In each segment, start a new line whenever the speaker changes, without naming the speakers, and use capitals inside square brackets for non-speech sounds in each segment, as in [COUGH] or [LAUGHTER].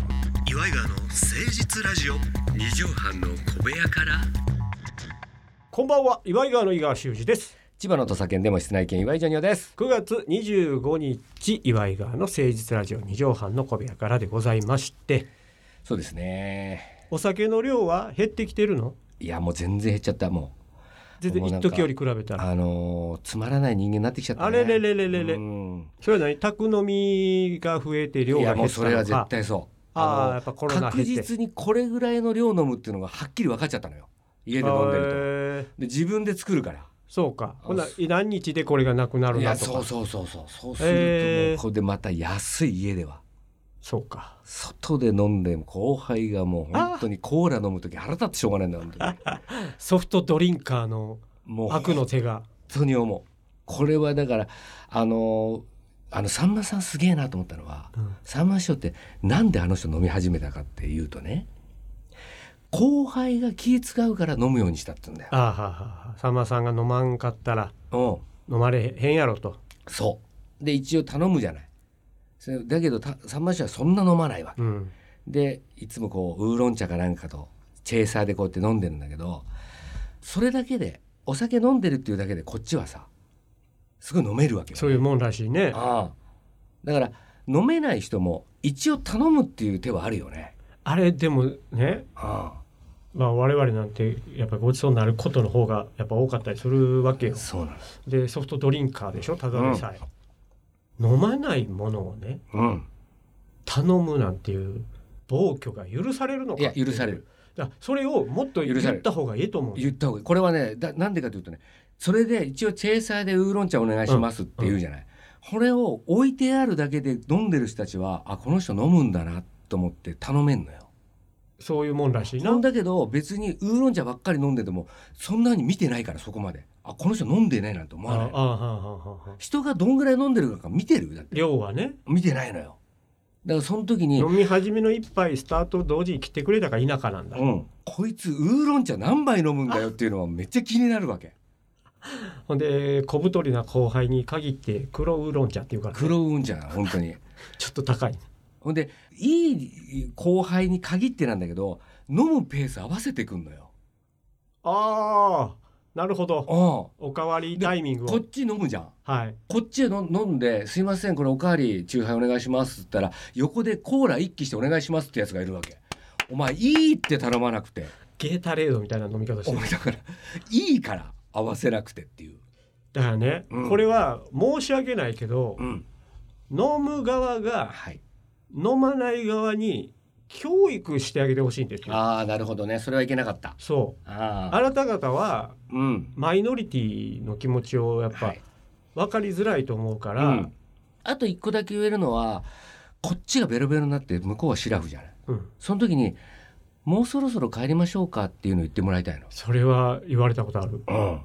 イガーの誠実ラジオ
二畳半の小部屋から
こんばんは、岩井川の井川修司です。
千葉の土佐県でも室内犬岩井ジョニオです
9月25日、岩井川の誠実ラジオ二畳半の小部屋からでございまして、
そうですね
お酒の量は減ってきてるの
いやもう全然減っちゃったも
全然
もうなん
一
か
時より比べた
う
ら。
あのーつまらない人間になってきちゃった、ね、
あれれれれれれ
うん
それは何宅飲みが増えて量
い
が
やも
減
う
った
それは
の
絶
か。
対そう
ああ、や
の
っぱコロナ
確
減って。
実にこれぐらいの量飲むっていうのがはっきり分かっちゃったのよ家で飲んでるとで
へえ
自分で作るから
そうか。
あ
ほな、何日でこれがなくなる
い
な
や
とか。
そうそうそうそうそうす
へ
る
え
ともうこれでまた安い家では
そうか。
外で飲んでも後輩がもう本当にコーラ飲む時腹立ってしょうがないんだ本当に
ソフトドリンカーの
もう
悪の手が。
本当に思うこれはだからあのあのさんまさんすげえなと思ったのは
うん
さんま師匠ってなんであの人飲み始めたかっていうとね後輩が気使うから飲むようにしたって言うんだよ。
ああ、はあはあ。さんまさんが飲まんかったら
うん、
飲まれへんやろと。
そうで一応頼むじゃない。それだけどたさんま師匠はそんな飲まないわけ。
うん。
でいつもこうウーロン茶かなんかとチェイサーでこうやって飲んでるんだけどそれだけでお酒飲んでるっていうだけでこっちはさすごい飲めるわけよ。
そういうもんらしいね。
ああだから飲めない人も一応頼むっていう手はあるよね。
あれでもね、
あ
まあ、我々なんてやっぱりごちそうになることの方がやっぱ多かったりするわけよ
あそうなの。
でソフトドリンカーでしょただでさえ、飲まないものをね
うん。
頼むなんていう暴挙が許されるのか
いや許される
だからそれをもっと言
許される
った方がいいと思う
言った方がいい。これはねだなんでかというとねそれで一応チェイサーでウーロン茶お願いしますって言うじゃない。これを置いてあるだけで飲んでる人たちはあこの人飲むんだなと思って頼めんのよ。
そういうもんらしいな
なんだけど別にウーロン茶ばっかり飲んでてもそんなに見てないからそこまであこの人飲んでないなんて思
ああ
わ
あ
ない
ああああ
人がどんぐらい飲んでるか見てるだって
量はね
見てないのよだからその時に、
飲み始めの一杯スタート同時に来てくれたか否かなんだ、
うん、こいつウーロン茶何杯飲むんだよっていうのはめっちゃ気になるわけ
ほんで小太りな後輩に限って黒ウーロン茶っていうからね、
黒ウーロン茶本当に
ちょっと高い
ほんでいい後輩に限ってなんだけど飲むペース合わせてくんのよ
ああなるほど
うん
おかわりタイミング
こ
を
っち飲むじゃん
はい
こっちへの飲んで「すいませんこれおかわりチューハイお願いします」って言ったら横でコーラ一気してお願いしますってやつがいるわけお前いいって頼まなくて
ゲータレードみたいな飲み方して
お
る
前だからいいから合わせなくてっていう
だからね、
うん
これは申し訳ないけど、
ん
飲む側が
はい
飲まない側に教育してあげてほしいんですよ
ああなるほどねそれはいけなかった
そう
あ
あなた方は
うん
マイノリティの気持ちをやっぱ
い
分かりづらいと思うから、
うんあと一個だけ言えるのはこっちがベロベロになって向こうはシラフじゃない
うん
その時に「もうそろそろ帰りましょうか」っていうのを言ってもらいたいの
それは言われたことある
うん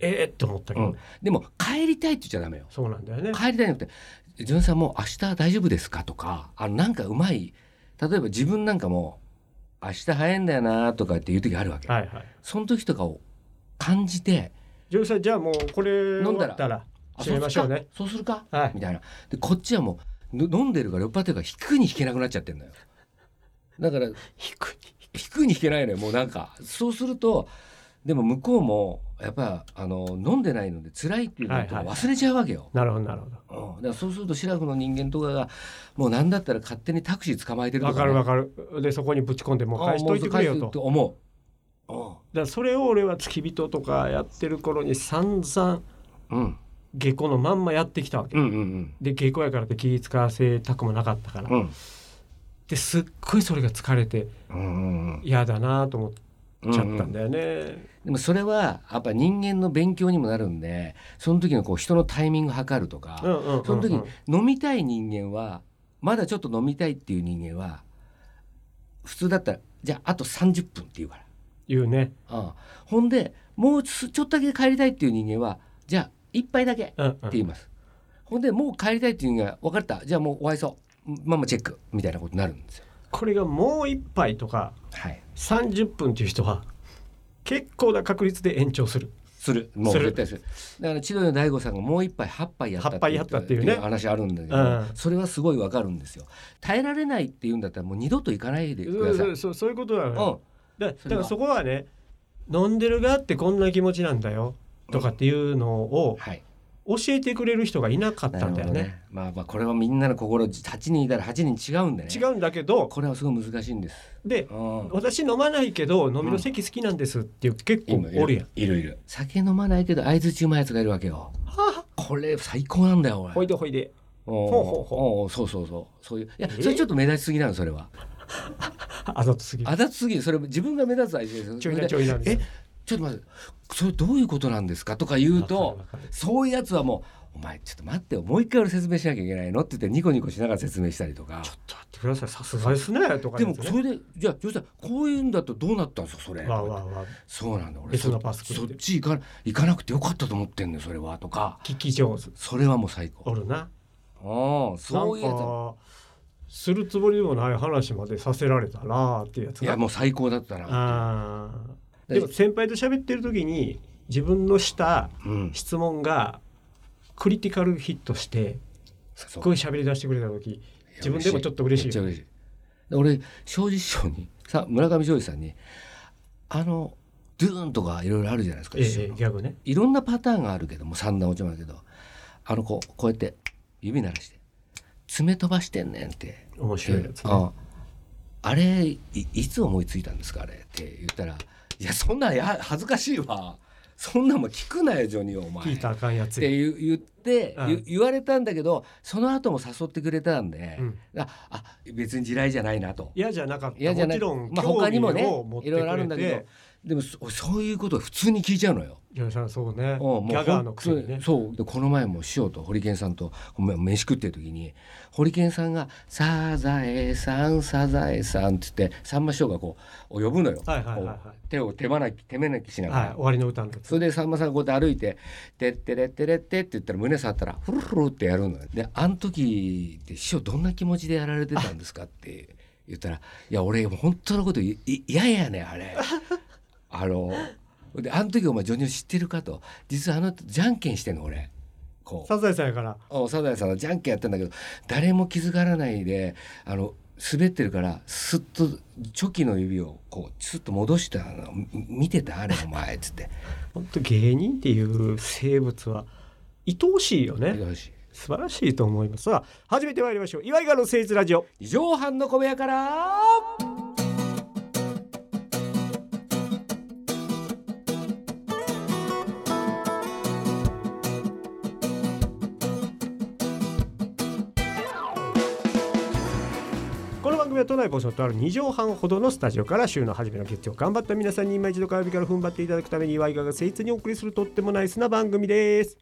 ええと思ったけど、
うんでも帰りたいって言っちゃダメよ
そうなんだよね
帰りたいなくて「潤さんもう明日大丈夫ですか?」とかあのなんかうまい例えば自分なんかも「明日早いんだよな」とかっていう時あるわけ、
はいはい
その時とかを感じて
ジョージさんじゃあもうこれ
飲
飲
ん
ん
だ
だ
ら
ら
「
閉めましょうね
そうするかそうするか
はい
みたいなでこっちはもうの飲んでるから酔っ払ってるから引くに引けなくなっちゃってんのよだから
低い
引くに引けないのよもうなんかそうするとでも向こうもやっぱあの飲んでないので辛いっていうことを忘れちゃうわけよ、
なるほどなるほど
うん、だからそうするとシラフの人間とかがもう何だったら勝手にタクシー捕まえてると
わ
か
か
ね、
るわかるでそこにぶち込んでもう返しといてくれよ
あもう返
と
すと思う
だからそれを俺は付き人とかやってる頃に散々
うんうん
下戸のまんまやってきたわけ、
うんうん
で下戸やからって気使わせたくもなかったから、
うんうん
ですっごいそれが疲れて
うんうん
嫌だなと思っちゃっ
うんう
たん
ん
だよね、
でもそれはやっぱ人間の勉強にもなるんでその時のこう人のタイミング測るとか、
うんうんうんうん
その時に飲みたい人間はまだちょっと飲みたいっていう人間は普通だったらじゃああと30分って言うから
言うね、
うん、ほんでもうすちょっとだけ帰りたいっていう人間はじゃあ一杯だけって
うんうん
言います、ほんでもう帰りたいっていう人間は分かったじゃあもうお会いそうママチェックみたいなことになるんですよ
これがもう一杯とか
はい
30分っていう人は結構な確率で延長する
するもう
する
絶対するだから千鳥の大悟さんがもう一杯8杯やった
8杯やったっていうね
話あるんだけど、
うん
それはすごいわかるんですよ耐えられないっていうんだったらもう二度と行かないでください、
そうそうそういうことなの
うん
よ、だだ
そ
か
れは
らそこはね飲んでる側ってこんな気持ちなんだよとかっていうのを
はい
教えてくれる人がいなかっ
な
た
る
ん
ほ
だ
ど
よ
ね
ね
まあまあこれはみんなの心8人いたら8人違うんでね
違うんだけど
これはすごい難しいんです、
で
うん、
私飲まないけど飲みの席好きなんですっていう結構おるやん。
いるいる酒飲まないけど相づちうまいやつがいるわけよ
は
これ最高なんだよおい
あほいでほいで。
おう
ほうほうほ
おうそうそうそうそういういや
え
それちょっと目立ちすぎなのそれは
あざとすぎる。
あだつすぎるそれ自分が目立つ相手ですよ
ちょいな
で
ちょいな。
えちょっと待ってそれどういうことなんですかとか言う
わか
と
るわかる
そういうやつはもう「お前ちょっと待ってよもう一回俺説明しなきゃいけないの?」って言ってニコニコしながら説明したりとか
ちょっと待ってください。さすがですね。とか
で
言う
も
とね。
それでじゃあ吉田さんこういうんだとどうなったんですかそれ
わあわあわあ。
そうなんだ俺
別の
そ
パスくれ
そってち行か行かなくてよかったと思ってんのよそれはとか
聞き上手。
それはもう最高
おるな。
ああそういうやつ
なんかするつもりでもない話までさせられたなあっていうやつ
い
が
やもう最高だったな
あー
で
でも先輩と喋ってる時に自分のした
うん
質問がクリティカルヒットしてす
そ
っ
う
ごい喋り出してくれた時自分でもちょっと
め
嬉
っ
しい
ちゃ
よ
嬉しいで俺庄司師匠にさ村上庄司さんにあのドゥーンとかいろいろあるじゃないですか、
ええ
一緒
ええ
の
ギャグね
いろんなパターンがあるけども三段落ちもあるけどあの子こうやって指鳴らして爪飛ばしてんねんって
面白いやつ、ね、
ああれいいつ思いついたんですかあれって言ったら「いやそんなんや恥ずかしいわそんなもん聞くなよジョニーお前」
聞いたらあかんや
っ
つ
て
や
言う言って、
うん
ゆ言われたんだけどその後も誘ってくれたんで、
うん
ああ別に地雷じゃないなと。
嫌じゃなかっ
嫌
た
じゃ
も
ない
ちろん
まあ
興
他に
味
もね
を持って
い
く
ろい
れ
ろあるんだけ
て
どでもそそういうことを普通に聞いちゃうのよ。
吉田さんそうねギ
うんもう
ャガーのくせにね
そうでこの前も師匠とホリケンさんとめ飯食ってる時にホリケンさんが「サザエさんサザエさん」って言ってさんま師匠がこう呼ぶのよ。
はいはいはいはい
こう手を手まなき手めなきしながら。
はい終わりの歌のやつ
それでさんまさんがこうやって歩いて「てってれってれって」って言ったら胸触ったらフルフルってやるのよであの時って師匠どんな気持ちでやられてたんですかって言ったら「いや俺本当のこといい嫌やねんあれ [LAUGHS] あのであの時お前ジョニオ知ってるかと実はあのじゃんけんしてんの俺こう
サザエさんやから
おサザエさんのじゃんけんやったんだけど誰も気づからないであの滑ってるからすっとチョキの指をこうスッと戻したのみ見てたあれお前っつって
本当芸人っていう生物は愛おしいよね
よし
素晴らしいと思いますさあ始めてまいりましょう岩井川の誠実ラジオ
二畳半の小部屋から
この番組は都内放送とある2畳半ほどのスタジオから週の初めの月曜頑張った皆さんに今一度火曜日から踏ん張っていただくために岩井川が誠実にお送りするとってもナイスな番組です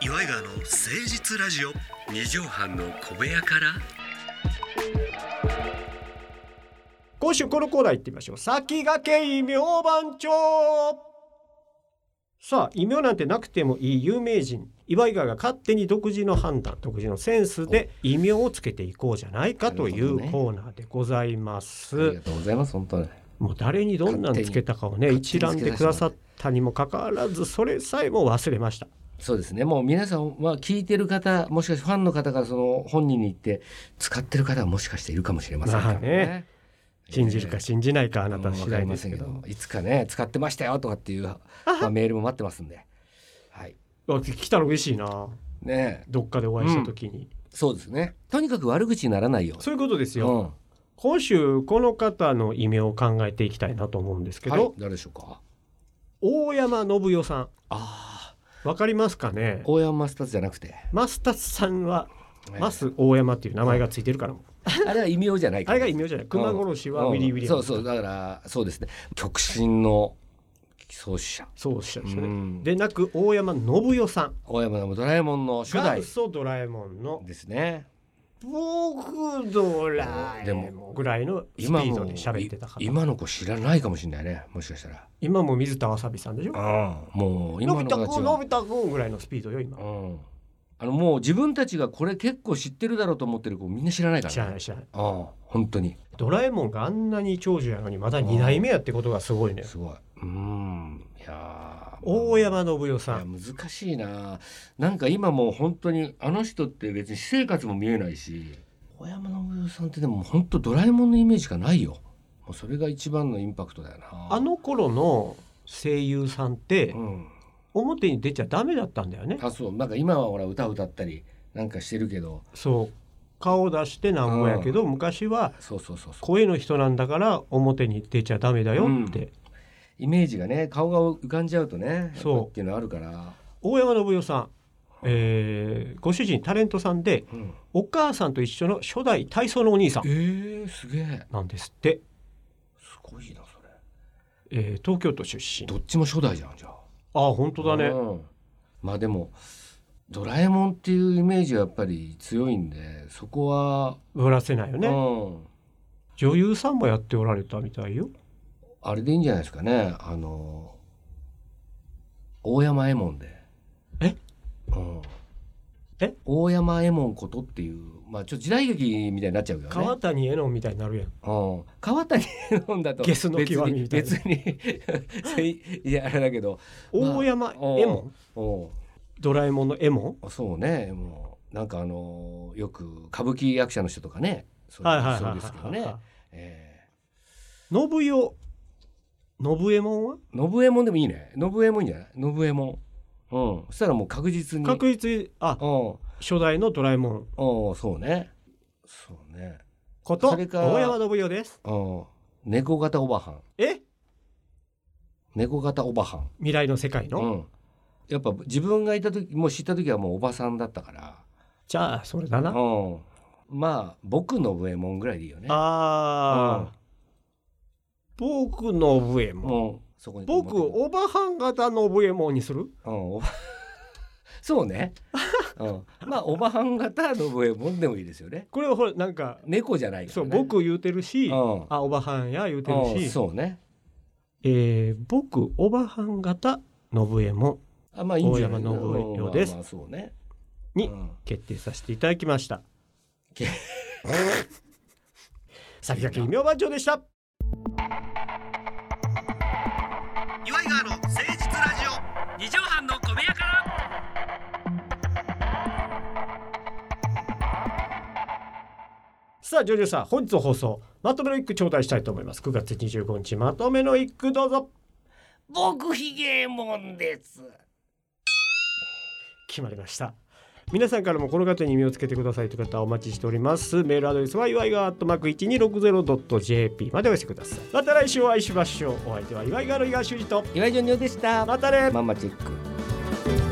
岩井川の誠実ラジオ
二畳半の小部屋から
今週このコーナー行ってみましょう先駆け異名番長さあ異名なんてなくてもいい有名人岩井川が勝手に独自の判断独自のセンスで異名をつけていこうじゃないかとい
なるほ
う
どね
コーナーでございます、
ありがとうございます本当に
もう誰にどんなんつけたかをね
勝手
一
に
覧でくださったにもかかわらずそれさえも忘れました
そうですねもう皆さんは聞いてる方もしかしてファンの方からその本人に言って使ってる方はもしかしているかもしれませんから
まあね信じるか
し
信じないかあ
ら
なた次第ですけど,、
いつかね使ってましたよとかっていう、まあ、メールも待ってますんではい
わ来たら嬉しいな
ねえ
どっかでお会いした時に、
そうですねとにかく悪口にならないよ
そういうことですよ、
うん
今週この方の異名を考えていきたいなと思うんですけど、
はい、誰でしょうか
大山信代さん
ああ
わかりますかね
大山マスターズじゃなくて、
マスタスさんは
ね
マス大山っていう名前がついてるからもう
あれは異名じゃないか
あ
ら
れが異名じゃない熊殺しは
うん
ウィリー・ウィリアムズ
そうそうだからそうですね極真の創始者
そうおっしゃるんですよ
う
ね
ん
でなく大山信代さん
大山のドラえもんの初代
元祖ドラえもんの
ですね
僕ドラえ
で
もんぐらいのスピ
今
ード
も
で喋ってたから
い今の子知らないかもしれないねもしかしたら
今も水田わさびさんでしょ
もう
の
今
び
の
太
子
く
たち
んの
は
び太くんぐらいのスピードよ今
うんあのもう自分たちがこれ結構知ってるだろうと思ってる子みんな知らないから
知ら
ね
ない知らない
ああ本当に
ドラえもんがあんなに長寿やのにまだ2代目やってことがすごいね
すごいうんいやー
大山信代さん
いや難しいななんか今もう本当にあの人って別に私生活も見えないし大山信代さんってでも本当ドラえもんのイメージがないよもうそれが一番のインパクトだよな
あ、の頃の声優さんって
うん、
表に出ちゃダメだったんだよね
あそうなんか今はほら歌歌ったりなんかしてるけど
そう顔出してなんぼやけど昔は
そうそうそうそう
声の人なんだから表に出ちゃダメだよって
イメージがね顔が浮かんじゃうとね
そう
やっぱっていうのあるから、
大山信代さんえーご主人タレントさんで
うん、
お母さんと一緒の初代体操のお兄さん
えー、すげえ
なんですって
すごいなそれ
えー東京都出身
どっちも初代じゃんじゃあ
ああ本当だね
うんまあでもドラえもんっていうイメージはやっぱり強いんでそこは、
ぶらせないよね
うん、
女優さんもやっておられたみたいよ
あれでいいんじゃないですかねあの大山右衛門で
え、
うん、
え
大山右衛門ことっていうまあちょっと時代劇みたいになっちゃうけどね
川谷絵音みたいになるやん
うん、川谷飲んだと
ゲスの極みみたいな
別に [LAUGHS] 別にそういいやあれだけどまあ
大山絵音
うん
ドラえもんの絵も
そうねもうなんかあのよく歌舞伎役者の人とかねそう
はいはい
そう
はい
ですけど
はい
ね
は。
え
い信代信右衛門は
ー、信右衛門でもいいね信右衛門いいんじゃない信右衛門。うん、そしたらもう確実に。
確実にあ
うん、うん
初代のドラえもん
そうね。そうね。
こと
それか
大山信代です
うん、猫型おばはん、
え
猫型おばはん。
未来の世界の、
うん。やっぱ自分がいた時もう知った時はもうおばさんだったから。
じゃあそれだな、
うん。まあ僕信右衛門ぐらいでいいよね。
あー、僕信右衛門
うん。そこに
僕おばはん型信右衛門にする
うん、おば [LAUGHS] そうね、うん、まあおばはん型の上もんでもいいですよね
これはほらなんか
猫じゃないか
そ
ら、
う
ね、
僕言うてるし、
うん
あおばはんや言うて
う
る
ん
し、
そうね
えー僕おばはん型信右衛門
あまあいいんじゃない
大山信代です
まあまあそうね
に
うん
決定させていただきました
け。
[LAUGHS] 先駆け異名番長でした。
岩井川の誠実ラジオ二畳半の小部屋から
さあ、ジョジョさん、本日の放送、まとめの一句頂戴したいと思います。9月25日、まとめの一句どうぞ。
僕ひげもんです
決まりました。皆さんからもこの方に身をつけてくださいという方はお待ちしております。メールアドレスは祝いがアットマーク 1260.jp までお寄せください。また来週お会いしましょう。お相手は祝いがの東修二と。
岩井ジョニオでした
またね。
ママチェック
「